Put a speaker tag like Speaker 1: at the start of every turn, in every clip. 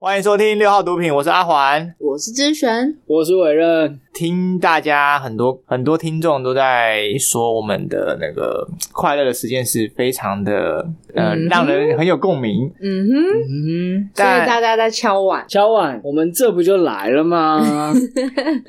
Speaker 1: 欢迎收听六号毒品，我是阿环。
Speaker 2: 我是之璇，
Speaker 3: 我是委任，
Speaker 1: 听大家很多很多听众都在说我们的那个嗯快乐的实验是非常的呃、
Speaker 2: 嗯哼
Speaker 1: 让人很有共鸣，
Speaker 2: 嗯哼，
Speaker 3: 嗯
Speaker 2: 所以
Speaker 1: 但
Speaker 2: 大家在敲碗
Speaker 3: 哼，，小婉，我们这不就来 了吗？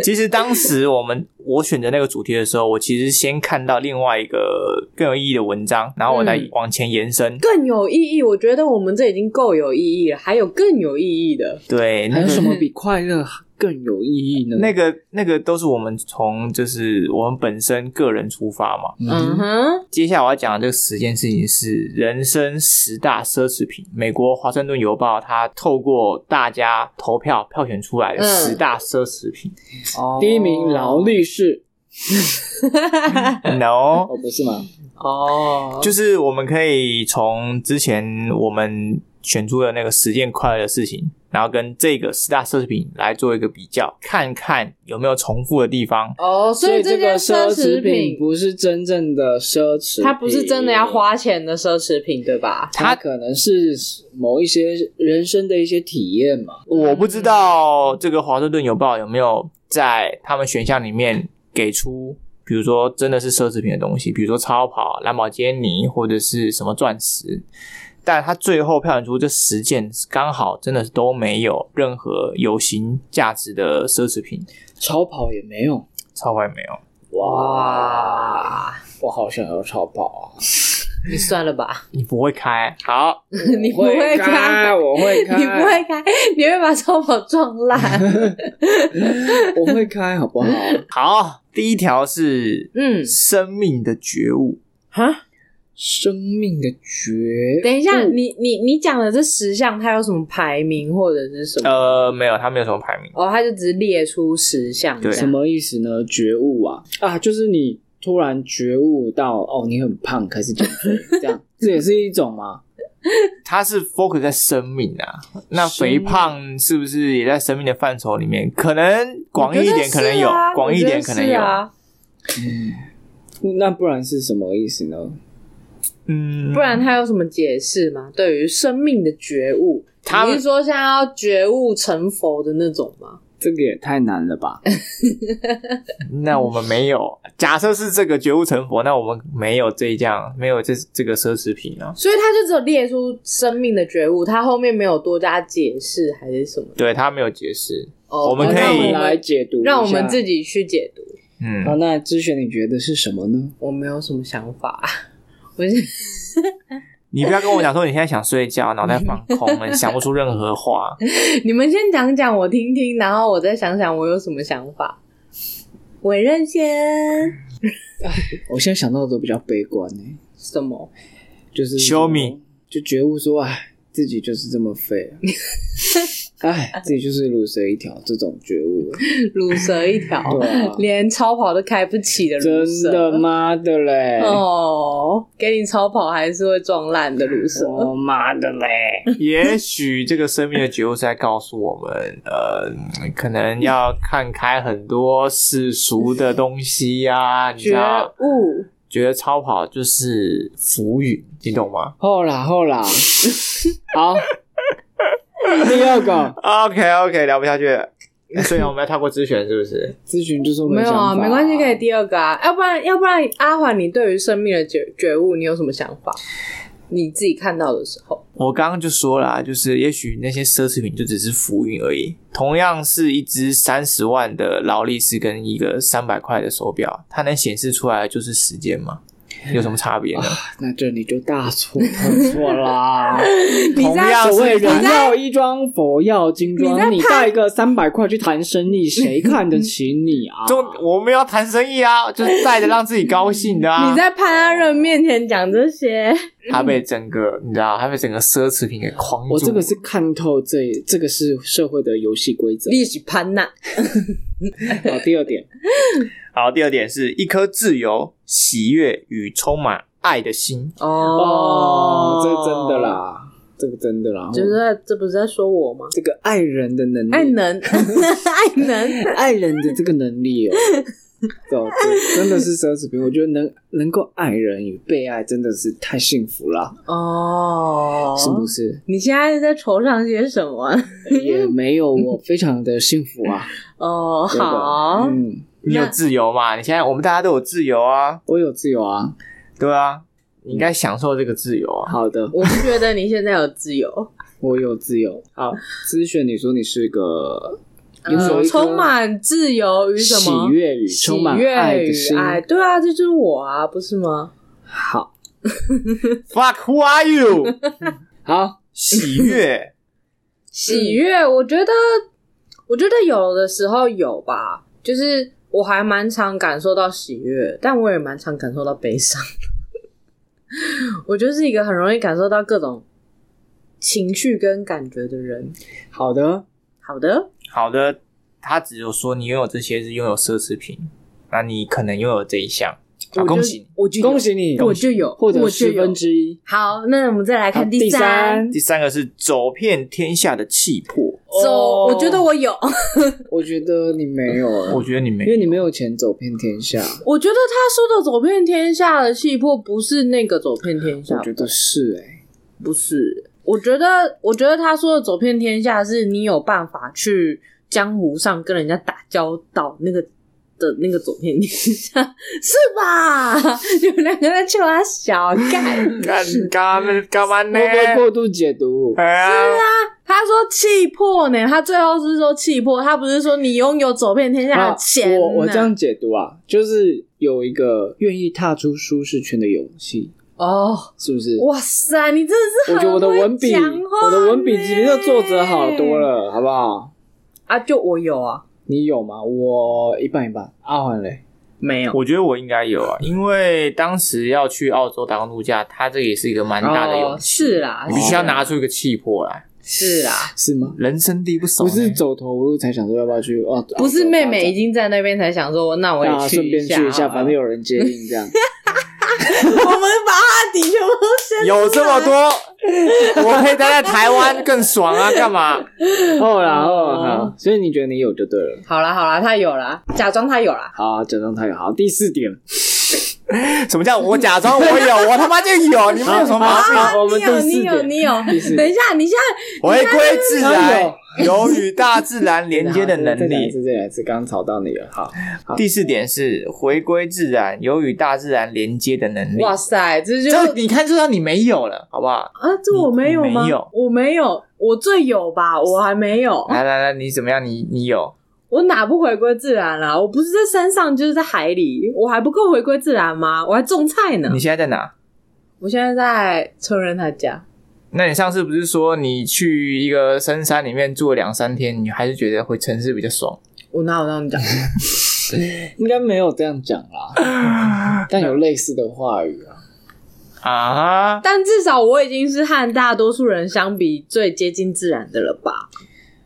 Speaker 1: 其实当时我们我选择那个主题的时候，我其实先看到另外一个更有意义的文章，然后我再
Speaker 2: 嗯
Speaker 1: 往前延伸。
Speaker 2: 更有意义。我觉得我们这已经够有意义了，还有更有意义的。
Speaker 1: 对，
Speaker 3: 还
Speaker 1: 那
Speaker 3: 有
Speaker 1: 个
Speaker 3: 什么比快乐更有意义呢？
Speaker 1: 那个那个都是我们从就是我们本身个人出发嘛。
Speaker 2: 嗯
Speaker 3: 嗯，
Speaker 2: 哼，
Speaker 1: 接下来我要讲的这十件事情是人生十大奢侈品。美国华盛顿邮报它透过大家投票票选出来的
Speaker 2: 嗯
Speaker 1: 十大奢侈品。
Speaker 3: 第一名劳力士，
Speaker 1: no，
Speaker 3: 哦，不是吗？
Speaker 2: 哦，
Speaker 1: 就是我们可以从之前我们选出的那个十件快乐的事情，然后跟这个十大奢侈品来做一个比较，看看有没有重复的地方。
Speaker 2: 哦，所以
Speaker 3: 这
Speaker 2: 件
Speaker 3: 个
Speaker 2: 奢侈
Speaker 3: 侈不是真正的奢侈品，
Speaker 2: 它不是真的要花钱的奢侈品，对吧？
Speaker 3: 它可能是某一些人生的一些体验嘛。嗯
Speaker 1: 我不知道这个华盛顿邮报有没有在他们选项里面给出，比如说真的是奢侈品的东西，比如说超跑、兰博基尼或者是什么钻石。但他最后票选出这十件，刚好真的是都没有任何有形价值的奢侈品，
Speaker 3: 超跑也没有，
Speaker 1: 超坏没有。
Speaker 3: 哇！
Speaker 2: 哇，
Speaker 3: 我好想要超跑啊！
Speaker 2: 你算了吧，
Speaker 1: 你不会开，好，
Speaker 2: 你不
Speaker 3: 我会
Speaker 2: 开
Speaker 3: 开，。我会开，
Speaker 2: 你不会开，你会把超跑撞烂。
Speaker 3: 我会开，好不好？
Speaker 1: 好，第一条是
Speaker 2: 嗯，
Speaker 1: 生命的觉悟，
Speaker 2: 哈，哦
Speaker 3: 生命的觉，
Speaker 2: 等一下，你你你讲的这十项，它有什么排名或者是什么？
Speaker 1: 呃，没有，它没有什么排名，
Speaker 2: 哦，它就只是列出十项这
Speaker 1: 对
Speaker 2: 样，
Speaker 3: 什么意思呢？觉悟啊啊，就是你突然觉悟到哦，你很胖，开始减肥，这样这也是一种嘛。
Speaker 1: 它是 focus 在生命啊，那
Speaker 3: 生
Speaker 1: 肥
Speaker 3: 命
Speaker 1: 胖是不是也在生命的范畴里面？可能广义一点，可能有
Speaker 2: 我觉得是啊，
Speaker 1: 广义一点可能
Speaker 2: 我觉
Speaker 1: 有
Speaker 2: 得是，啊，
Speaker 3: 那不然是什么意思呢？
Speaker 1: 嗯，
Speaker 2: 不然他有什么解释吗？对于生命的觉悟，
Speaker 1: 他
Speaker 2: 你是说像要觉悟成佛的那种吗？
Speaker 3: 这个也太难了吧？
Speaker 1: 那我们没有。假设是这个觉悟成佛，那我们没有这一项，没有这这个奢侈品啊。
Speaker 2: 所以他就只有列出生命的觉悟，他后面没有多加解释还是什么？
Speaker 1: 对他没有解释，
Speaker 2: 哦，
Speaker 1: 我们可以
Speaker 2: 那我
Speaker 3: 那我
Speaker 2: 们
Speaker 3: 们来解读一下，
Speaker 2: 让我们自己去解读。
Speaker 1: 嗯，
Speaker 3: 好。那之璇，你觉得是什么呢？
Speaker 2: 我没有什么想法， 我是
Speaker 1: 你不要跟我讲说你现在想睡觉，脑袋放空了，想不出任何话。
Speaker 2: 你们先讲讲我听听，然后我再想想我有什么想法。委任先
Speaker 3: 我现在想到的都比较悲观呢、
Speaker 2: 什么？
Speaker 3: 就是
Speaker 1: Show me
Speaker 3: 就觉悟说，哎，自己就是这么废、 啊，哎，自己就是卤蛇一条，这种觉悟，
Speaker 2: 乳蛇一条，
Speaker 3: 对啊
Speaker 2: 连超跑都开不起的乳
Speaker 3: 真
Speaker 2: 蛇，
Speaker 3: 的？妈的嘞！
Speaker 2: 哦，给你超跑还是会撞烂的乳蛇。
Speaker 3: 我妈的嘞！
Speaker 1: 也许这个生命的觉悟是在告诉我们，呃，可能要看开很多世俗的东西 呀、你
Speaker 2: 觉
Speaker 1: 知道，
Speaker 2: 悟，
Speaker 1: 觉得超跑就是浮云，你懂吗
Speaker 3: 后啦 后啦，好，第
Speaker 2: 啊
Speaker 3: 二个
Speaker 1: ？OK OK，聊不下去了。 所以我们要跳过咨询，是不是？
Speaker 3: 咨询就是我
Speaker 2: 没
Speaker 3: 们
Speaker 2: 有
Speaker 3: 想
Speaker 2: 啊，
Speaker 3: 法
Speaker 2: 没关系，可以。第二个啊，要不然要不然阿环，你对于生命的觉觉悟，你有什么想法？你自己看到的时 候，
Speaker 1: 我刚刚就说了啊、就是也许那些奢侈品就只是浮云而已。同样是一只三十万的劳力士跟一个三百块的手表，它能显示出来的就是时间吗？有什么差别呢？
Speaker 3: 那这里就大错特 错啦！
Speaker 2: 你
Speaker 1: 同
Speaker 2: 在
Speaker 1: 样
Speaker 3: 所谓
Speaker 1: 是
Speaker 3: 人啊要衣装，佛要金
Speaker 2: 你在
Speaker 3: 装，你带个三百块去谈生意，谁看得起你
Speaker 2: 哦
Speaker 3: 啊？
Speaker 1: 中我们要谈生意 啊，就是带着让自己高兴的啊。
Speaker 2: 你在潘安任面前讲这些，
Speaker 1: 他被整个你知道，他被整个奢侈品给框住。
Speaker 3: 嗯我这个是看透这这个是社会的游戏规则。
Speaker 2: 历史潘娜，
Speaker 3: 好，第 二点，
Speaker 1: 好。第二点是一颗自由、喜悦与充满爱的心。
Speaker 2: 哦
Speaker 3: 哦，这真的，啦，这个真的啦，
Speaker 2: 就是在这不是在说我吗？
Speaker 3: 嗯这个爱人的能力，
Speaker 2: 爱能，爱能，
Speaker 3: 爱人的这个能力哦，对，对真的是奢侈品。我觉得能能够爱人与被爱，真的是太幸福了，
Speaker 2: 哦，
Speaker 3: 是不 是？
Speaker 2: 你现在在惆怅些什么？
Speaker 3: 也没有，我非常的幸福 啊。
Speaker 2: 哦，
Speaker 3: 真的
Speaker 2: 好，
Speaker 3: 嗯，
Speaker 1: 你有自由嘛？你现在我们大家都有自由啊，
Speaker 3: 我有自由啊。
Speaker 1: 对啊，你应该享受这个自由
Speaker 2: 嗯
Speaker 1: 啊。
Speaker 3: 好的，
Speaker 2: 我不觉得你现在有自由，
Speaker 3: 我有自由。好，咨询你说你是个 有
Speaker 2: 呃
Speaker 3: 有一颗
Speaker 2: 充满自由与什
Speaker 3: 喜
Speaker 2: 么？
Speaker 3: 悦与
Speaker 2: 喜
Speaker 3: 充满
Speaker 2: 悦
Speaker 3: 爱的
Speaker 2: 与
Speaker 3: 心。嗯
Speaker 2: 爱，对啊，这就是我啊，不是吗？
Speaker 3: 好，
Speaker 1: Fuck who are you？
Speaker 3: 好，
Speaker 1: 喜悦，
Speaker 2: 喜悦，我觉得，我觉得有的时候有吧，就是我还蛮常感受到喜悦，但我也蛮常感受到悲伤。 我就是一个很容易感受到各种情绪跟感觉的人。
Speaker 3: 好的，
Speaker 2: 好的，
Speaker 1: 好的，他只有说你拥有这些是拥有奢侈品，那你可能拥有这一项，啊、
Speaker 2: 我就
Speaker 1: 恭喜你。
Speaker 2: 我就有
Speaker 3: 恭喜你，
Speaker 2: 我就有，
Speaker 3: 获得
Speaker 2: 我就
Speaker 3: 十
Speaker 2: 有
Speaker 3: 分之一。
Speaker 2: 好，那我们再来
Speaker 3: 好
Speaker 2: 看
Speaker 3: 第
Speaker 2: 三。
Speaker 3: 三
Speaker 1: 第三个是走遍天下的气魄，
Speaker 2: 走
Speaker 3: 哦
Speaker 2: 我觉得我有，
Speaker 3: 我觉得你没有，
Speaker 1: 我觉得你没
Speaker 3: 因为你没有钱走遍天下，
Speaker 2: 我觉得他说的走遍天下的气魄不是那个走遍天下
Speaker 3: 我，觉得是哎、
Speaker 2: 不是。我觉得，我觉得他说的走遍天下是你有办法去江湖上跟人家打交道那个的那个走遍天下，是吧？ 你们两个在求他小干。
Speaker 1: 干干嘛干嘛呢
Speaker 3: 会？不会嗯过度啊解读？
Speaker 1: 哎呀，
Speaker 2: 他说气魄呢，他最后是说气魄，他不是说你拥有走遍天下
Speaker 3: 啊
Speaker 2: 的钱、
Speaker 3: 我我这样解读啊，就是有一个愿意踏出舒适圈的勇气，
Speaker 2: 哦，
Speaker 3: 是不是？
Speaker 2: 哇塞，你真的是
Speaker 3: 我
Speaker 2: 很
Speaker 3: 觉得我的
Speaker 2: 会
Speaker 3: 文笔，
Speaker 2: 讲话
Speaker 3: 我的文笔比
Speaker 2: 呢
Speaker 3: 那个作者好多了，好不好？
Speaker 2: 啊！就我有啊，
Speaker 3: 你有吗？我一半一半。阿环嘞，
Speaker 2: 没有
Speaker 1: 我觉得我应该有啊，因为当时要去澳洲打工度假，他这也是一个蛮大的
Speaker 3: 哦
Speaker 1: 勇气，
Speaker 2: 哦是
Speaker 3: 啊
Speaker 2: 啦，
Speaker 1: 你必须要
Speaker 2: 是啦
Speaker 1: 拿出一个气魄来。
Speaker 2: 是啦，
Speaker 3: 是吗？
Speaker 1: 人生地不熟
Speaker 3: 不
Speaker 1: 呢，
Speaker 3: 是走投无路才想说要不要去哦，
Speaker 2: 不是妹妹已
Speaker 3: 经
Speaker 2: 经在那边才想说，那我
Speaker 3: 啊，
Speaker 2: 也
Speaker 3: 顺便去
Speaker 2: 去
Speaker 3: 一下，反正有人接应这样。
Speaker 2: 我们把阿迪全部都删
Speaker 1: 有这么多，
Speaker 3: 啊
Speaker 1: 我可以待在台湾更爽啊！干 嘛？
Speaker 3: 哦啦
Speaker 2: 哦
Speaker 3: 哦好，所以你觉得你有就对了。
Speaker 2: 好啦好啦，他有啦，假装他有啦。
Speaker 3: 好，假装他有。好，第四点，
Speaker 1: 什么叫我假装我有，我他妈就有？你们有什么毛病？
Speaker 3: 好我们
Speaker 2: 啊你有
Speaker 3: 第
Speaker 2: 你
Speaker 3: 四
Speaker 2: 有
Speaker 3: 点，
Speaker 2: 你有，
Speaker 3: 四点
Speaker 2: 等一下，你现在
Speaker 1: 回归自
Speaker 3: 他
Speaker 1: 然
Speaker 3: 啊有，啊
Speaker 1: 有与大自然连接的能
Speaker 3: 再来一
Speaker 1: 力。
Speaker 3: 次，再来一次，刚刚吵到你了。好，
Speaker 1: 第四点是回归自然，有与大自然连接的能力。
Speaker 2: 哇塞，这就
Speaker 1: 这你看就知道你没有了，好不好？
Speaker 2: 啊，这我没有吗？
Speaker 1: 你没有
Speaker 2: 我没有，我最有吧，我还没有，
Speaker 1: 来来来，你怎么样？你你有？
Speaker 2: 我哪不回归自然啊啦？我不是在山上就是在海里，我还不够回归自然吗？我还种菜呢
Speaker 1: 你。现在在哪？
Speaker 2: 我现在在春人他家，
Speaker 1: 那你上次不是说你去一个深山里面住了两三天，你还是觉得回城市比较爽？
Speaker 2: 我哪有这样讲？
Speaker 3: 应该没有这样讲啦， 但有类似的话语啊。
Speaker 1: 啊哈！
Speaker 2: 但至少我已经是和大多数人相比最接近自然的了吧？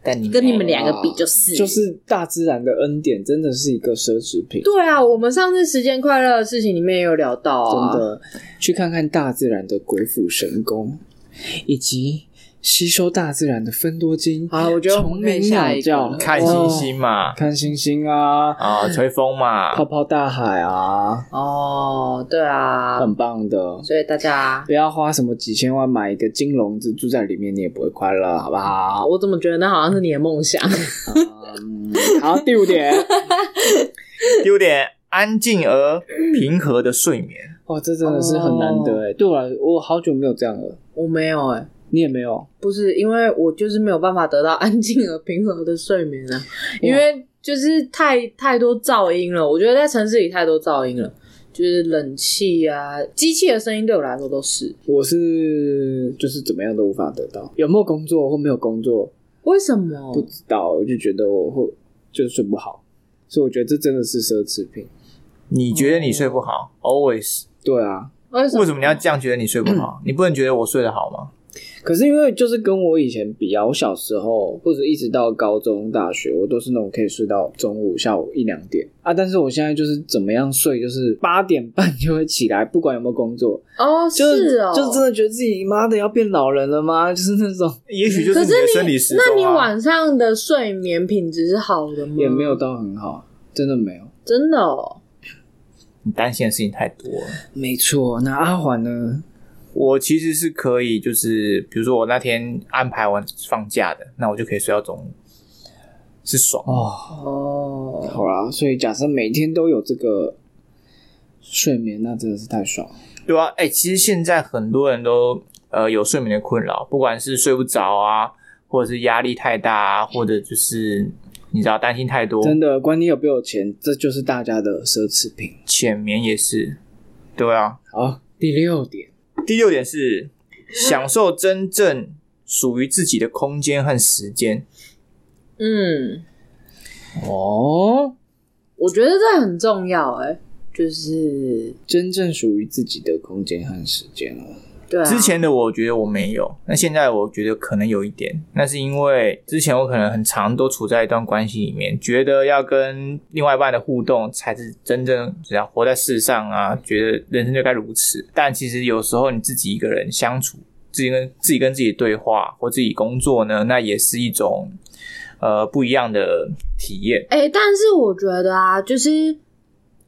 Speaker 1: 但你
Speaker 2: 跟你们两个比就是
Speaker 3: 哦就是大自然的恩典，真的是一个奢侈品。
Speaker 2: 对啊，我们上次时间快乐的事情里面也有聊到啊，
Speaker 3: 真的，去看看大自然的鬼斧神工，以及吸收大自然的芬多精。
Speaker 2: 好，我觉得我
Speaker 3: 虫
Speaker 2: 们可以
Speaker 3: 鸣
Speaker 2: 下
Speaker 3: 鸟
Speaker 2: 一个
Speaker 3: 叫
Speaker 2: 了，
Speaker 1: 看星星嘛，
Speaker 3: 看星星啊，
Speaker 1: 啊，吹风嘛
Speaker 3: 泡，泡大海啊，
Speaker 2: 哦，对啊，
Speaker 3: 很棒的。
Speaker 2: 所以大家，
Speaker 3: 不要花什么几千万买一个金笼子住在里面，你也不会快乐，好不好？
Speaker 2: 啊我怎么觉得那好像是你的梦想？
Speaker 3: 嗯， 好，第五点，
Speaker 1: 有点安静而平和的睡眠。
Speaker 3: 哇，这真的是很难得哎、对我来，我好久没有这样了，
Speaker 2: 我没有哎、
Speaker 3: 你也没有，
Speaker 2: 不是，因为我就是没有办法得到安静而平和的睡眠啊，因为就是太太多噪音了。我觉得在城市里太多噪音了，就是冷气啊、机器的声音对我来说都是。
Speaker 3: 我是就是怎么样都无法得到，有没有工作或没有工作，
Speaker 2: 为什么？
Speaker 3: 不知道，我就觉得我会就是睡不好，所以我觉得这真的是奢侈品。
Speaker 1: 你觉得你睡不好，always？
Speaker 3: 对啊，
Speaker 2: 为什
Speaker 1: 为什么你要这样觉得你睡不好？你不能觉得我睡得好吗？
Speaker 3: 可是因为就是跟我以前比啊，我小时候或者一直到高中、大学，我都是那种可以睡到中午、下午一两点啊。但是我现在就是怎么样睡，就是八点半就会起来，不管有没有工作，
Speaker 2: 哦，
Speaker 3: 就是
Speaker 2: 哦，
Speaker 3: 就真的觉得自己妈的要变老人了吗？ 就是那种
Speaker 1: 也许就是
Speaker 2: 可
Speaker 1: 你的
Speaker 2: 是
Speaker 1: 生理时钟啊
Speaker 2: 那你晚上的睡眠品质是好的吗？
Speaker 3: 也没有，到很好，真的没有。
Speaker 2: 真的哦，
Speaker 1: 你担心的事情太多了。
Speaker 3: 没错，那阿环呢？
Speaker 1: 我其实是可以，就是比如说我那天安排完放假的，那我就可以睡到中午，是爽。
Speaker 3: 哦，
Speaker 2: 哦，
Speaker 3: 好啦，所以假设每天都有这个睡眠，那真的是太爽了。
Speaker 1: 对啊，哎、其实现在很多人都呃有睡眠的困扰，不管是睡不着啊，或者是压力太大啊，或者就是你知道担心太多，
Speaker 3: 真的，管你有没有钱，这就是大家的奢侈品。
Speaker 1: 浅眠也是。对啊，
Speaker 3: 好，第六点，
Speaker 1: 第六点是享受真正属于自己的空间和时间。
Speaker 2: 嗯，
Speaker 3: 哦，
Speaker 2: 我觉得这很重要哎、就是
Speaker 3: 真正属于自己的空间和时间哦。
Speaker 2: 对、啊，
Speaker 1: 之前的我觉得我没有，那现在我觉得可能有一点，那是因为之前我可能很长都处在一段关系里面，觉得要跟另外一半的互动才是真正只要活在世上啊，觉得人生就该如此。但其实有时候你自己一个人相处，自己跟自己跟自己对话或自己工作呢，那也是一种呃不一样的体验。
Speaker 2: 哎、但是我觉得啊，就是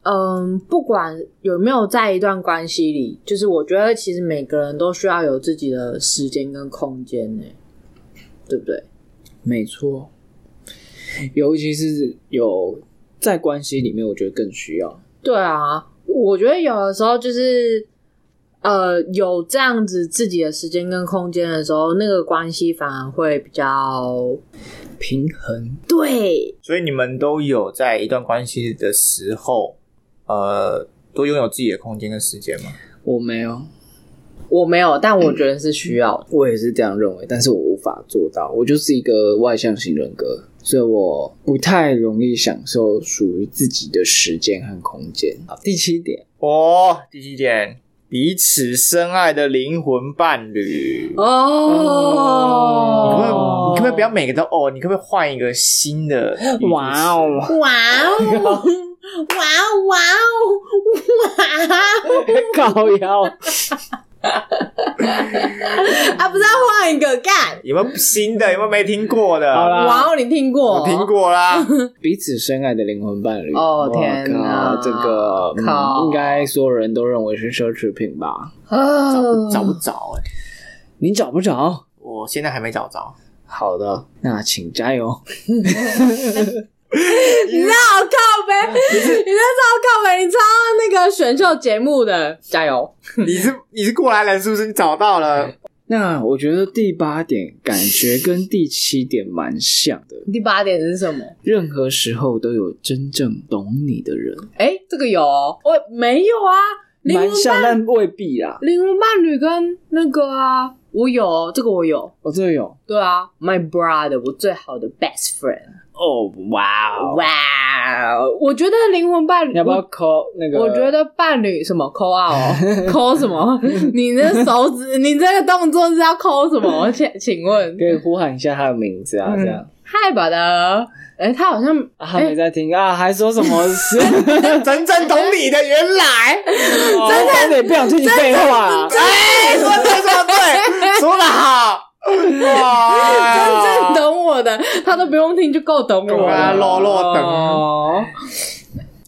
Speaker 2: 嗯，不管有没有在一段关系里，就是我觉得其实每个人都需要有自己的时间跟空间呢、对不对？
Speaker 3: 没错，尤其是有在关系里面，我觉得更需要。
Speaker 2: 对啊，我觉得有的时候就是，呃，有这样子自己的时间跟空间的时候，那个关系反而会比较
Speaker 3: 平衡，
Speaker 2: 对，
Speaker 1: 所以你们都有在一段关系的时候，呃，都拥有自己的空间跟时间吗？
Speaker 3: 我没有，
Speaker 2: 我没有，但我觉得是需要的。
Speaker 3: 我也是这样认为，但是我无法做到。我就是一个外向型人格，所以我不太容易享受属于自己的时间和空间。好，第七点，
Speaker 1: 哦，第七点，彼此深爱的灵魂伴侣。你可不可以
Speaker 2: 哦
Speaker 3: 哦，
Speaker 1: 哦你可不可以不要每个都哦？你可不可以换一个新的？！
Speaker 3: 哦，
Speaker 2: 哇哦，哇哦，哇哦，哇哦！
Speaker 3: 高腰，
Speaker 2: 啊，不是要换一个干？
Speaker 1: 有没有新的？有没有没听过的？
Speaker 3: 好啦
Speaker 2: 哇哦，你听过？
Speaker 1: 我听。过啦。
Speaker 3: 彼此深爱的灵魂伴侣。
Speaker 2: 哦
Speaker 3: 哇
Speaker 2: 天哪
Speaker 3: 靠这个、
Speaker 2: 靠
Speaker 3: 嗯、应该所有人都认为是奢侈品吧？
Speaker 1: 找
Speaker 2: 哦
Speaker 1: 不找不着哎、
Speaker 3: 你找不着。
Speaker 1: 我现在还没找着。
Speaker 3: 好的，那请加油。
Speaker 2: 你知道好靠
Speaker 3: 啊
Speaker 2: 呗？你知道超靠呗？你超那个选秀节目的，加油！
Speaker 1: 你是你是过来人是不是？你找到了？
Speaker 3: 那我觉得第八点感觉跟第七点蛮像的，
Speaker 2: 第八点是什么？
Speaker 3: 任何时候都有真正懂你的人，
Speaker 2: 哎，这个有哦，我没有啊。灵魂
Speaker 3: 蛮像，但未必啊啦。
Speaker 2: 灵魂伴侣跟那个啊，我有哦这个我有，
Speaker 3: 哦，这个有
Speaker 2: 对啊，My brother，我最好的 best friend。
Speaker 3: 哦，哇哦，
Speaker 2: 哇哦，我觉得灵魂伴侣，
Speaker 3: 你要不要 call 那个？
Speaker 2: 我觉得伴侣什么抠啊 哦，抠什么？你的手指，你这个动作是要抠什么？我请请问
Speaker 3: 可，以呼喊一下他的名字啊，
Speaker 1: 嗯
Speaker 3: 这样
Speaker 2: 嗨吧的，哎，他好像
Speaker 3: 啊，他没在听啊，还说什么 是？
Speaker 1: 真正懂你的原来，
Speaker 3: 真哦的，你不想听你废话。啊
Speaker 1: 哎，说对说对，说的好，哇，
Speaker 2: 真正懂我的，他都不用听就够懂我
Speaker 1: 对啊
Speaker 2: 了。
Speaker 1: 落落等
Speaker 2: 哦，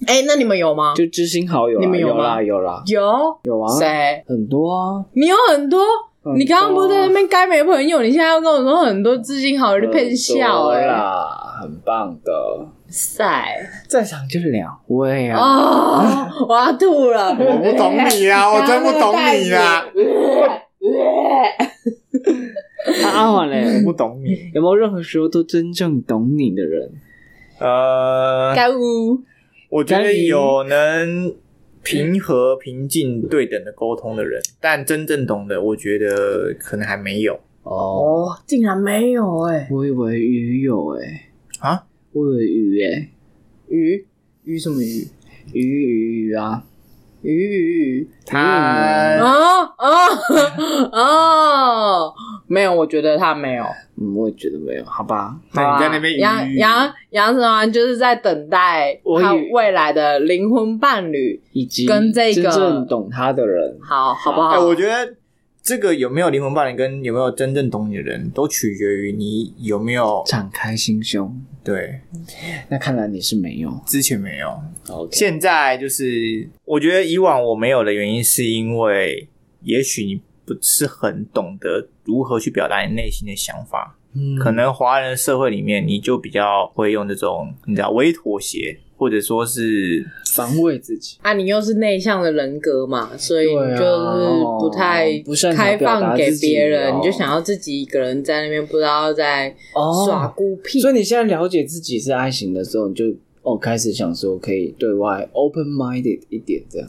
Speaker 2: 哎，那你们有吗？
Speaker 3: 就知心好友啊，
Speaker 2: 你们有
Speaker 3: 有
Speaker 2: 吗
Speaker 3: 啦有啦
Speaker 2: 有
Speaker 3: 有啊，
Speaker 2: 谁？
Speaker 3: 很多啊。
Speaker 2: 你有很多。
Speaker 1: 啊
Speaker 3: 很多啊
Speaker 2: 你刚刚不是在那边该没朋友，你现在要跟我说很多知心好友，就骗笑
Speaker 3: 很多
Speaker 2: 哎！
Speaker 3: 啦，很棒的，
Speaker 2: 塞
Speaker 3: 在场就两位啊，
Speaker 2: 啊，我要吐了！
Speaker 1: 我不懂你啊，我真不懂你啊，
Speaker 3: 啊阿婉嘞
Speaker 1: 我，不懂你。
Speaker 3: 有没有任何时候都真正懂你的人？
Speaker 1: 呃，
Speaker 2: 该污。
Speaker 1: 我觉
Speaker 3: 该
Speaker 1: 得
Speaker 3: 你
Speaker 1: 有能平和、平静、对等的沟通的人，
Speaker 2: 嗯
Speaker 1: 但真正懂的，我觉得可能还没有
Speaker 3: 哦，
Speaker 2: 哦，竟然没有哎、
Speaker 3: 我以为鱼有诶，
Speaker 1: 啊。
Speaker 3: 我以为鱼诶，
Speaker 2: 鱼鱼什么鱼？
Speaker 3: 鱼鱼鱼嗯啊，
Speaker 2: 鱼鱼鱼
Speaker 1: 他
Speaker 2: 哦哦哦，没有，我觉得他没有。
Speaker 3: 嗯，我也觉得没有，好吧，
Speaker 1: 那你在那边哎
Speaker 2: 好啦
Speaker 1: 鱼
Speaker 2: 杨杨杨子安就是在等待
Speaker 3: 我
Speaker 2: 他
Speaker 3: 以
Speaker 2: 未来的灵魂伴侣，
Speaker 3: 以及
Speaker 2: 跟这个
Speaker 3: 真正懂他的人，
Speaker 2: 好好不好？
Speaker 1: 哎，我觉得这个有没有灵魂伴侣跟有没有真正懂你的人，都取决于你有没有
Speaker 3: 敞开心胸。
Speaker 2: 嗯
Speaker 1: 对
Speaker 3: 那看来你是没有。
Speaker 1: 之前没有，
Speaker 3: OK，
Speaker 1: 现在就是我觉得以往我没有的原因，是因为也许你不是很懂得如何去表达你内心的想法。
Speaker 3: 嗯
Speaker 1: 可能华人社会里面，你就比较会用这种你知道微妥协，或者说是
Speaker 3: 防卫自己。
Speaker 2: 啊，你又是内向的人格嘛，所以
Speaker 3: 对
Speaker 2: 你
Speaker 3: 啊
Speaker 2: 就是不太
Speaker 3: 不擅长
Speaker 2: 开
Speaker 3: 表达
Speaker 2: 放给
Speaker 3: 自己
Speaker 2: 别人，
Speaker 3: 哦
Speaker 2: 你就想要自己一个人在那边，不知道在耍
Speaker 3: 哦，
Speaker 2: 孤僻。
Speaker 3: 所以你现在了解自己是 I 型的时候，你就哦开始想说可以对外 open minded 一点这样。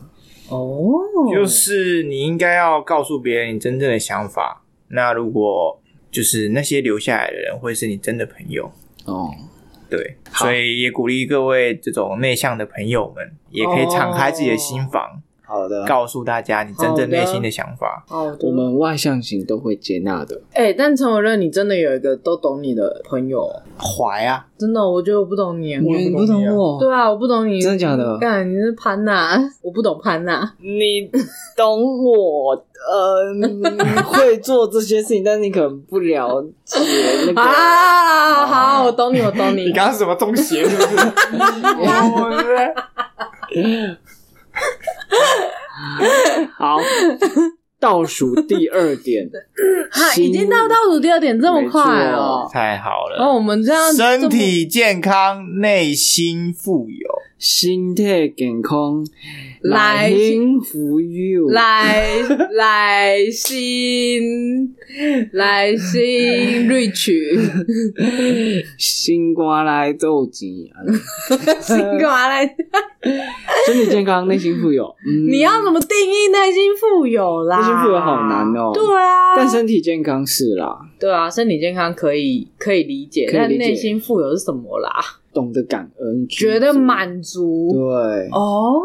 Speaker 2: 哦，
Speaker 1: 就是你应该要告诉别人你真正的想法。那如果就是那些留下来的人，会是你真的朋友，
Speaker 3: 哦，
Speaker 1: 对，所以也鼓励各位这种内向的朋友们，也可以敞开自己的心房，
Speaker 3: 好的，
Speaker 1: 告诉大家你真正内心哦的想法。
Speaker 2: 好的
Speaker 3: 我。们外向型都会接纳的。
Speaker 2: 哎、但陈我认你真的有一个都懂你的朋友，哦
Speaker 1: 怀啊，
Speaker 2: 真的，我觉得我不懂你。
Speaker 1: 也
Speaker 3: 你
Speaker 1: 不
Speaker 3: 不
Speaker 1: 懂
Speaker 3: 懂
Speaker 1: 你啊
Speaker 3: 我，
Speaker 2: 对啊，我不懂你，
Speaker 3: 真的假的
Speaker 2: 干，你是潘娜，我不懂潘 娜。
Speaker 3: 你懂我，呃， 会做这些事情，但是你可能不了解那个。
Speaker 2: 啊，好，我懂你，我 懂你。
Speaker 1: 你刚刚是什么中 邪是不是？我是
Speaker 3: 好，倒数第二点，
Speaker 2: 啊，已经到倒数第二点这么快哦。
Speaker 1: 太好
Speaker 2: 然后
Speaker 1: 了，
Speaker 2: 我们这样
Speaker 1: 身
Speaker 2: 这么
Speaker 1: 体健康，内心富有。
Speaker 3: 心态健康，
Speaker 2: 来
Speaker 3: 幸福 you。
Speaker 2: 来来新来新 rich
Speaker 3: 新瓜来斗钱，
Speaker 2: 新瓜来，
Speaker 3: 身体健康，内心富有。嗯，
Speaker 2: 你要怎么定义内心富有啦？
Speaker 3: 内心富有好难哦
Speaker 2: 对啊，
Speaker 3: 但身体健康是啦，
Speaker 2: 对啊，身体健康可以可以理解，
Speaker 3: 可以
Speaker 2: 但
Speaker 3: 理解
Speaker 2: 内心富有是什么啦？
Speaker 3: 懂得感恩，
Speaker 2: 觉得满足
Speaker 3: 对，
Speaker 2: 哦。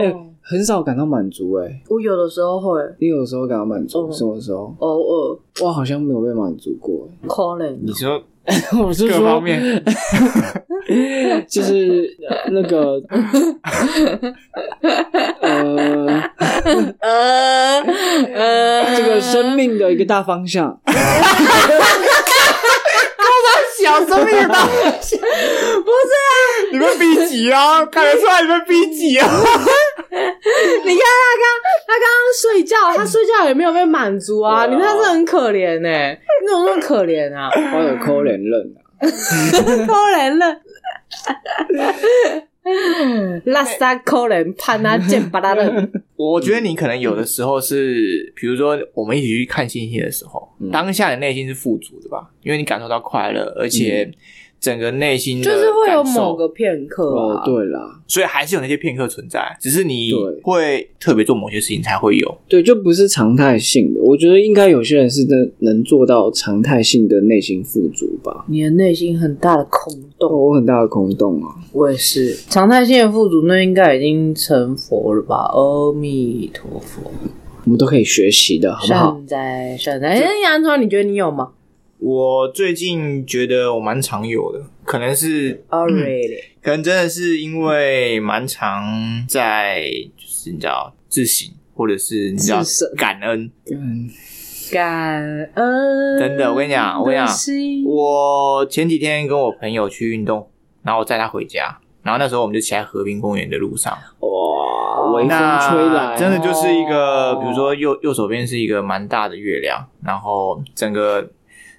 Speaker 3: 哎很少感到满足哎。
Speaker 2: 我有的时候会
Speaker 3: 你有时候感到满足，
Speaker 2: 哦
Speaker 3: 什么时候？
Speaker 2: 偶尔
Speaker 3: 我好像没有被满足过。
Speaker 2: 可能
Speaker 1: 你说
Speaker 3: 我是
Speaker 1: 各
Speaker 3: 说
Speaker 1: 方， 面，
Speaker 3: 就是呃那个，呃，
Speaker 2: 呃呃，
Speaker 3: 这个生命的一个大方向。
Speaker 1: 小生命的大小，
Speaker 2: 不是啊，
Speaker 1: 你们逼急啊！看得出来你们逼急啊！
Speaker 2: 你看他刚他刚刚睡觉，他睡觉也没有被满足啊！
Speaker 3: 对啊
Speaker 2: 你看这很可怜哎、你怎么那么可怜啊？
Speaker 3: 我有抠脸认啊，
Speaker 2: 可怜 了。拉萨可怜，潘他贱巴拉的，
Speaker 1: 我觉得你可能有的时候是，比如说我们一起去看星星的时候，
Speaker 3: 嗯
Speaker 1: 当下的内心是富足的吧，因为你感受到快乐，而且整个内心的
Speaker 2: 就是会有
Speaker 1: 感受
Speaker 2: 某，个片刻
Speaker 3: 哦
Speaker 2: 啊，，
Speaker 3: 对啦，
Speaker 1: 所以还是有那些片刻存在，只是你
Speaker 3: 对
Speaker 1: 会特别做某些事情才会有。
Speaker 3: 对，就不是常态性的。我觉得应该有些人是真的能做到常态性的内心富足吧。
Speaker 2: 你的内心很大的空
Speaker 3: 哦
Speaker 2: 洞。
Speaker 3: 我很大的空洞啊，
Speaker 2: 我也是，常态性的富足，那应该已经成佛了吧？阿弥陀佛，
Speaker 3: 我们都可以学习的，好不好？
Speaker 2: 善哉善哉。哎，杨川，你觉得你有吗
Speaker 1: 我最近觉得我蛮常有的，可能是
Speaker 2: ？Oh really？
Speaker 1: 可能真的是因为蛮常在，就是你知道自省，或者是你知道
Speaker 2: 自省
Speaker 1: 感恩。
Speaker 3: 嗯，
Speaker 2: 感恩。
Speaker 1: 真的我跟你讲我跟你讲我前几天跟我朋友去运动，然后我载他回家，然后那时候我们就骑在河滨公园的路上，
Speaker 3: 哇，微风
Speaker 1: 那
Speaker 3: 吹来，啊
Speaker 1: 真的就是一个，
Speaker 3: 哦
Speaker 1: 比如说右右手边是一个蛮大的月亮，然后整个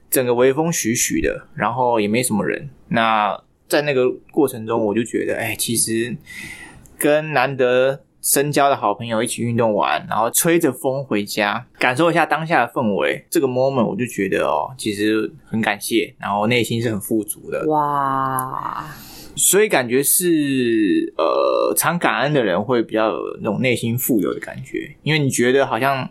Speaker 1: 整个微风徐徐的，然后也没什么人。那在那个过程中，我就觉得，哎，其实跟难得。深交的好朋友一起运动完，然后吹着风回家，感受一下当下的氛围。这个 moment 我就觉得哦，其实很感谢，然后内心是很富足的。
Speaker 2: 哇，
Speaker 1: 所以感觉是呃，常感恩的人会比较有那种内心富有的感觉，因为你觉得好像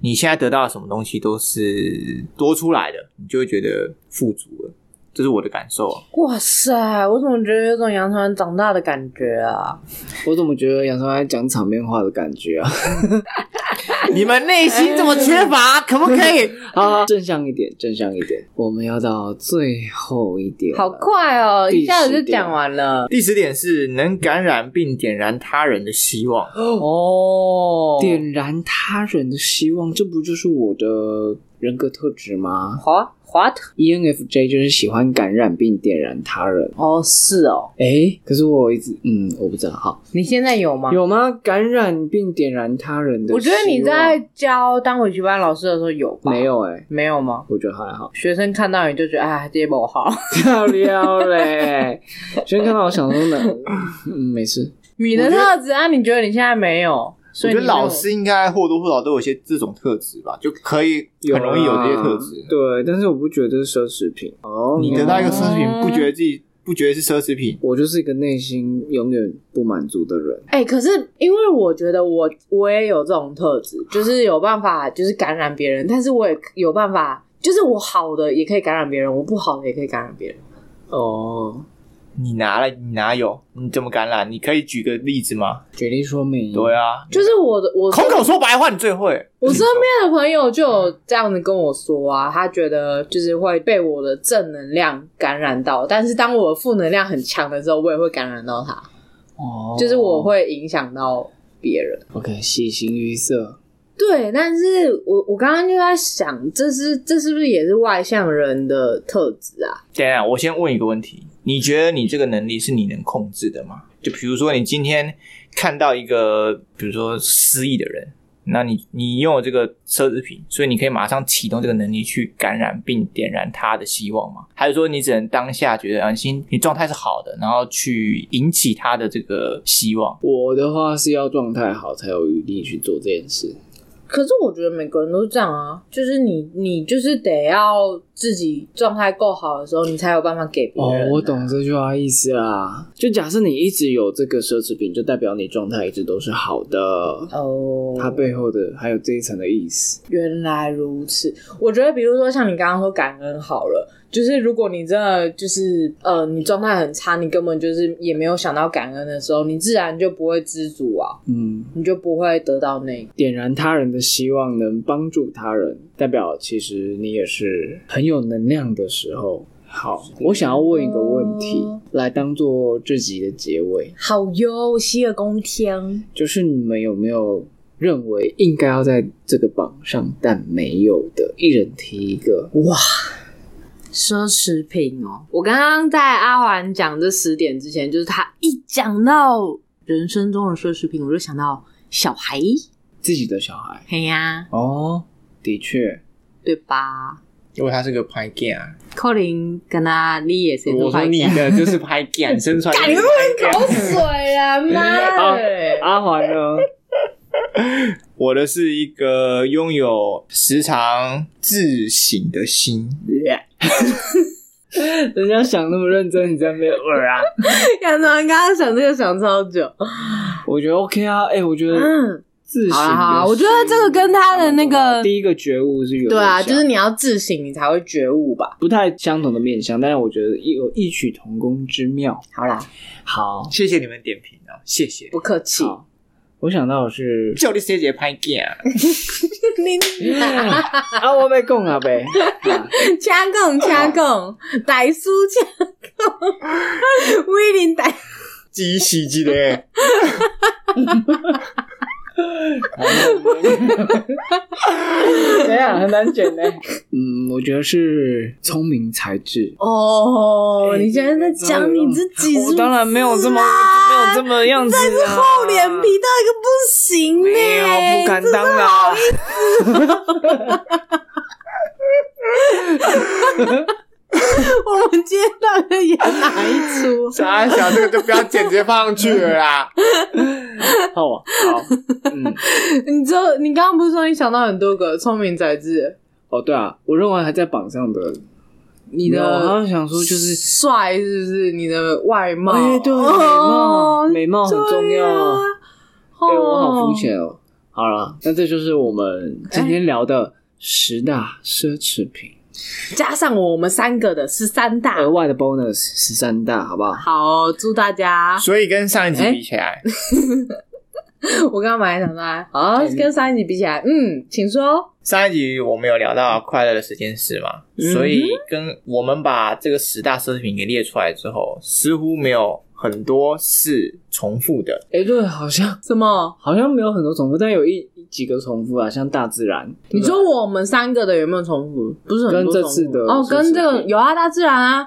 Speaker 1: 你现在得到的什么东西都是多出来的，你就会觉得富足了。这是我的感受啊。
Speaker 2: 哇塞，我怎么觉得有种杨传长大的感觉啊？
Speaker 3: 我怎么觉得杨超在讲场面话的感觉啊？
Speaker 1: 你们内心这么缺乏，可不可以？
Speaker 3: 啊，正向一点，正向一点，我们要到最后一点了，
Speaker 2: 好快哦，
Speaker 3: 第十
Speaker 2: 一下子就讲完了。
Speaker 1: 第十点是能感染并点燃他人的希望。
Speaker 2: 哦，
Speaker 3: 点燃他人的希望，这不就是我的人格特质吗？E
Speaker 2: 滑滑特
Speaker 3: ？ENFJ 就是喜欢感染并点燃他人。
Speaker 2: 哦，是哦，
Speaker 3: 哎，可是我一直嗯，我不知道，好
Speaker 2: 你现在有吗？
Speaker 3: 有吗？感染并点燃他人的希望，
Speaker 2: 我觉得你在教当回去班老师的时候有吧？
Speaker 3: 没？有哎、
Speaker 2: 没有吗？。
Speaker 3: 我觉得还好
Speaker 2: 学生看到你就觉得哎，这不好，
Speaker 3: 漂亮嘞！今天看到我想说呢，嗯，没事。
Speaker 2: 你的特质啊，你觉得你现在没有？
Speaker 1: 我
Speaker 2: 所以
Speaker 1: 觉
Speaker 2: 你
Speaker 1: 得老
Speaker 2: 就
Speaker 1: 师应该或多或少都有一些这种特质吧，就可以很容易有这些特质
Speaker 3: 啊。对，但是我不觉得这是奢侈品哦。
Speaker 1: 你得到一个奢侈品，
Speaker 2: 嗯
Speaker 1: 不觉得自己不觉得是奢侈品，
Speaker 3: 我就是一个内心永远不满足的人。
Speaker 2: 哎、可是因为我觉得我我也有这种特质，就是有办法就是感染别人，但是我也有办法，就是我好的也可以感染别人，我不好的也可以感染别人。
Speaker 3: 哦，
Speaker 1: 你拿了，你哪有？你怎么感染？你可以举个例子吗？
Speaker 3: 举例说明。
Speaker 1: 对啊，
Speaker 2: 就是我的我
Speaker 1: 空口说白话你最会。
Speaker 2: 我身边的朋友就有这样子跟我说啊，他觉得就是会被我的正能量感染到，但是当我的负能量很强的时候，我也会感染到他，
Speaker 3: 哦，
Speaker 2: 就是我会影响到别人。
Speaker 3: OK 喜形于色。
Speaker 2: 对，但是我我刚刚就在想，这是这是不是也是外向人的特质啊？
Speaker 1: 等一下，我先问一个问题：你觉得你这个能力是你能控制的吗？就比如说，你今天看到一个，比如说失忆的人，那你你拥有这个奢侈品，所以你可以马上启动这个能力去感染并点燃他的希望吗？还是说你只能当下觉得安心，你状态是好的，然后去引起他的这个希望？
Speaker 3: 我的话是要状态好才有余力去做这件事。
Speaker 2: 可是我觉得每个人都是这样啊，就是你你就是得要自己状态够好的时候，你才有办法给别
Speaker 3: 哦
Speaker 2: 人啊、，
Speaker 3: 我懂这句话意思啦。就假设你一直有这个奢侈品，就代表你状态一直都是好的。
Speaker 2: 哦，
Speaker 3: 它背后的还有这一层的意思。
Speaker 2: 原来如此，我觉得比如说像你刚刚说感恩好了，就是如果你真的就是呃你状态很差，你根本就是也没有想到感恩的时候，你自然就不会知足啊，
Speaker 3: 嗯，
Speaker 2: 你就不会得到那个。
Speaker 3: 点燃他人的希望，能帮助他人，代表其实你也是很有能量的时候。好，我想要问一个问题，
Speaker 2: 哦
Speaker 3: 来当做这集的结尾，
Speaker 2: 好哟，洗耳恭听。
Speaker 3: 就是你们有没有认为应该要在这个榜上但没有的，一人提一个？哇，
Speaker 2: 奢侈品哦！我刚刚在阿环讲这十点之前，就是他一讲到人生中的奢侈品，我就想到小孩，
Speaker 3: 自己的小孩
Speaker 2: 嘿呀、
Speaker 3: 哦，的确，
Speaker 2: 对吧？
Speaker 1: 因为他是个拍啊 g a
Speaker 2: 扣林跟他你也是
Speaker 1: 我说你的 就是拍 g a 生出来。
Speaker 2: 干你口 水啊，妈的！
Speaker 3: 阿环呢？
Speaker 1: 我的是一个拥有时常自省的心。
Speaker 3: 人家想那么认真，你在那边呃啊？
Speaker 2: 杨总，刚刚想这个想超久。
Speaker 3: 我觉得 OK 啊，哎、我觉得
Speaker 2: 嗯，
Speaker 3: 自省
Speaker 2: 好
Speaker 3: 的
Speaker 2: 啦
Speaker 3: 心。
Speaker 2: 好啦我觉得这个跟他的那个
Speaker 3: 第一个觉悟是有
Speaker 2: 对啊，
Speaker 3: 点像
Speaker 2: 就是你要自省，你才会觉悟吧。
Speaker 3: 不太相同的面相，但是我觉得有异曲同工之妙。
Speaker 2: 好啦，
Speaker 3: 好，
Speaker 1: 谢谢你们点评啊，谢谢。
Speaker 2: 不客气。
Speaker 3: 好我想到的是
Speaker 1: 就你姐姐拍啊 g a
Speaker 2: 你
Speaker 3: 啊，我被供 了呗。啊
Speaker 2: 掐共掐共，歹输掐共，威林歹。
Speaker 1: 鸡洗鸡的。
Speaker 3: 等一下很难剪 呢。嗯，我觉得是聪明才智。
Speaker 2: 哦，你现在在讲你自己是不
Speaker 3: 我
Speaker 2: 是？
Speaker 3: 哎哦当然没有这么没有这么样子、啊，
Speaker 2: 但是厚脸皮到一个不行呢、
Speaker 3: 没有不敢当啊
Speaker 2: 真是
Speaker 3: 啦
Speaker 2: 好。 我们今天到底演哪一出？
Speaker 3: 啊
Speaker 1: 傻小这个就不要剪，直接放上去了 啦。
Speaker 2: 啊
Speaker 3: 哦，好，嗯，
Speaker 2: 你知道，你刚刚不是说你想到很多个聪明才智？
Speaker 3: 哦，对啊，我认为还在榜上的，
Speaker 2: 你
Speaker 3: 没有我好
Speaker 2: 的
Speaker 3: 像想说就是
Speaker 2: 帅是不是？你的外貌？
Speaker 3: 哎对
Speaker 2: 哦
Speaker 3: 美貌美貌很重要
Speaker 2: 对啊
Speaker 3: 哎、
Speaker 2: 哦
Speaker 3: 我好肤浅哦。好了，那这就是我们今天聊的十大奢侈品，
Speaker 2: 加上我们三个的是三大。
Speaker 3: 额外的 bonus 十三大，好不好？
Speaker 2: 好，祝大家
Speaker 1: 所以跟上一集比起来，
Speaker 2: 我刚刚本来想说，好，
Speaker 3: 哎
Speaker 2: 跟上一集比起来，嗯，请说。
Speaker 1: 上一集我们有聊到快乐的十件事嘛，
Speaker 2: 嗯
Speaker 1: 所以跟我们把这个十大奢侈品给列出来之后，似乎没有很多是重复的。
Speaker 3: 哎、对，好像
Speaker 2: 什么？
Speaker 3: 好像没有很多重复，但有一几个重复啊，像大自然。
Speaker 2: 你说我们三个的有没有重复？不是很多
Speaker 3: 跟这
Speaker 2: 重复
Speaker 3: 次的
Speaker 2: 哦，
Speaker 3: 是
Speaker 2: 跟这
Speaker 3: 是
Speaker 2: 个
Speaker 3: 是
Speaker 2: 有啊，大自然啊，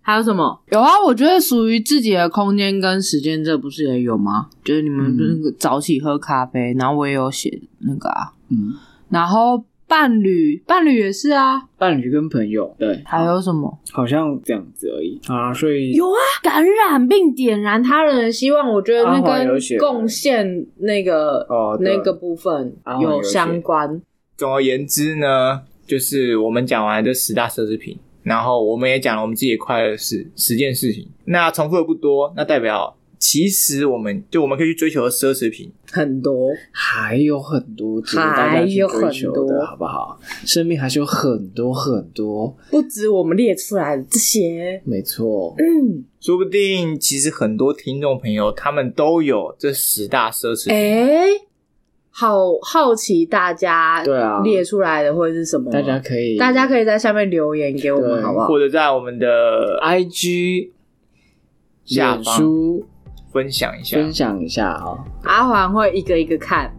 Speaker 2: 还有什么有啊？我觉得属于自己的空间跟时间，这不是也有吗？就是你们
Speaker 3: 嗯
Speaker 2: 那个早起喝咖啡，然后我也有写那个啊，
Speaker 3: 嗯，
Speaker 2: 然后伴侣，伴侣也是啊，
Speaker 3: 伴侣跟朋友，对，
Speaker 2: 还有什么？
Speaker 3: 好像这样子而已啊，所以
Speaker 2: 有啊，感染并点燃他人的希望，啊我觉得那
Speaker 3: 阿华
Speaker 2: 跟
Speaker 3: 有写
Speaker 2: 贡献那个
Speaker 3: 哦对
Speaker 2: 那个部分
Speaker 3: 阿华有
Speaker 2: 啊有
Speaker 3: 写
Speaker 2: 相关。
Speaker 1: 总而言之呢，就是我们讲完这十大奢侈品，然后我们也讲了我们自己的快乐的事十件事情。那重复的不多，那代表其实我们就我们可以去追求的奢侈品，
Speaker 2: 很多，
Speaker 3: 还有很多值得大家去追求
Speaker 2: 还有很多
Speaker 3: 的，好不好？生命还是有很多很多，
Speaker 2: 不止我们列出来的这些。
Speaker 3: 没错，
Speaker 2: 嗯，
Speaker 1: 说不定其实很多听众朋友他们都有这十大奢侈品。
Speaker 2: 哎、好好奇大家
Speaker 3: 对啊
Speaker 2: 列出来的会是什么？
Speaker 3: 大家可以，
Speaker 2: 大家可以在下面留言给我们，
Speaker 3: 对
Speaker 2: 好不好？
Speaker 1: 或者在我们的
Speaker 3: I G
Speaker 1: 下
Speaker 3: 脸
Speaker 1: 方
Speaker 3: 书
Speaker 1: 分享一下，
Speaker 3: 分享一下啊、
Speaker 2: 阿环会一个一个看。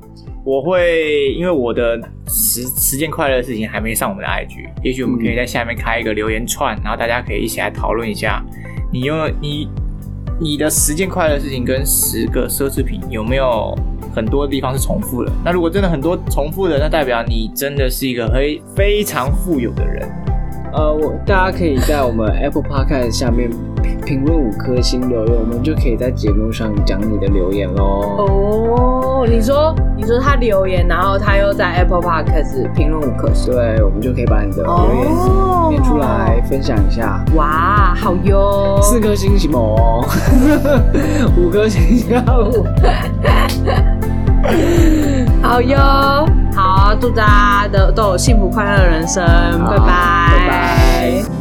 Speaker 1: 我会因为我的十十件快乐的事情还没上我们的 IG，也许我们可以在下面开一个留言串，然后大家可以一起来讨论一下，你用你你的十件快乐的事情跟十个奢侈品有没有很多地方是重复的？那如果真的很多重复的，那代表你真的是一个非非常富有的人。
Speaker 3: 呃，我大家可以在我们 Apple Podcast 下面评评论五颗星留言，我们就可以在节目上讲你的留言喽。
Speaker 2: 哦，你说你说他留言，然后他又在 Apple Podcast 评论五颗星，
Speaker 3: 对，我们就可以把你的留言
Speaker 2: 哦，
Speaker 3: 念出来，分享一下。
Speaker 2: 哇，好哟！
Speaker 3: 四颗星行不哦， 五颗星要五。
Speaker 2: 好哟，好，祝大家都都有幸福快乐的人生，
Speaker 3: 好
Speaker 2: 拜拜，
Speaker 3: 拜拜。